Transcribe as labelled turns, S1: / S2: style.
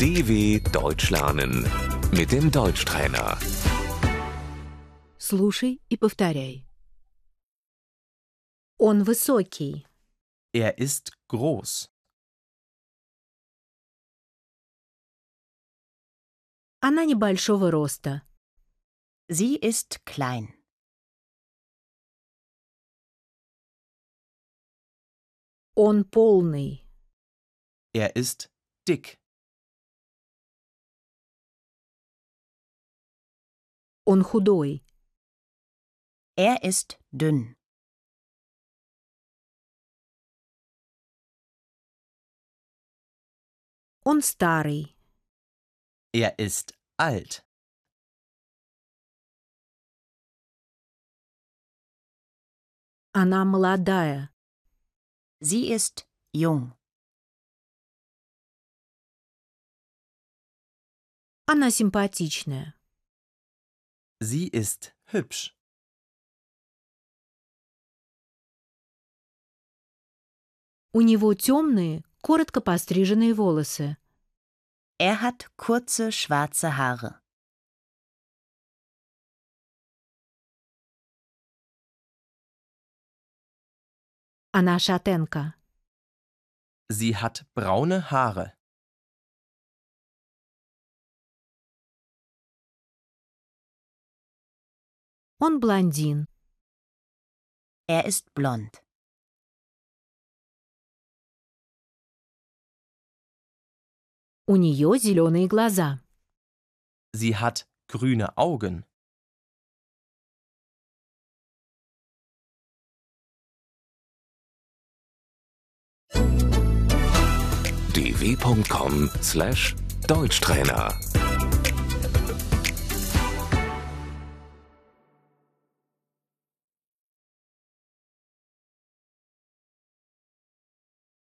S1: DW Deutsch lernen mit dem Deutschtrainer.
S2: Слушай и повторяй. Он высокий.
S3: Er ist groß.
S2: Она небольшого роста.
S4: Sie ist klein.
S2: Он полный.
S3: Er ist dick.
S2: Он худой.
S4: Er ist dünn.
S2: Он старый.
S3: Er ist alt.
S2: Она молодая.
S4: Sie ist jung.
S2: Она симпатичная.
S3: Sie ist hübsch.
S2: У него темные, коротко постриженные волосы.
S4: Er hat kurze schwarze Haare.
S2: Она шатенка.
S3: Sie hat braune Haare.
S2: Он блондин.
S4: Er ist blond.
S2: У нее зеленые глаза.
S3: Sie hat grüne Augen.
S1: dw.com/deutschtrainer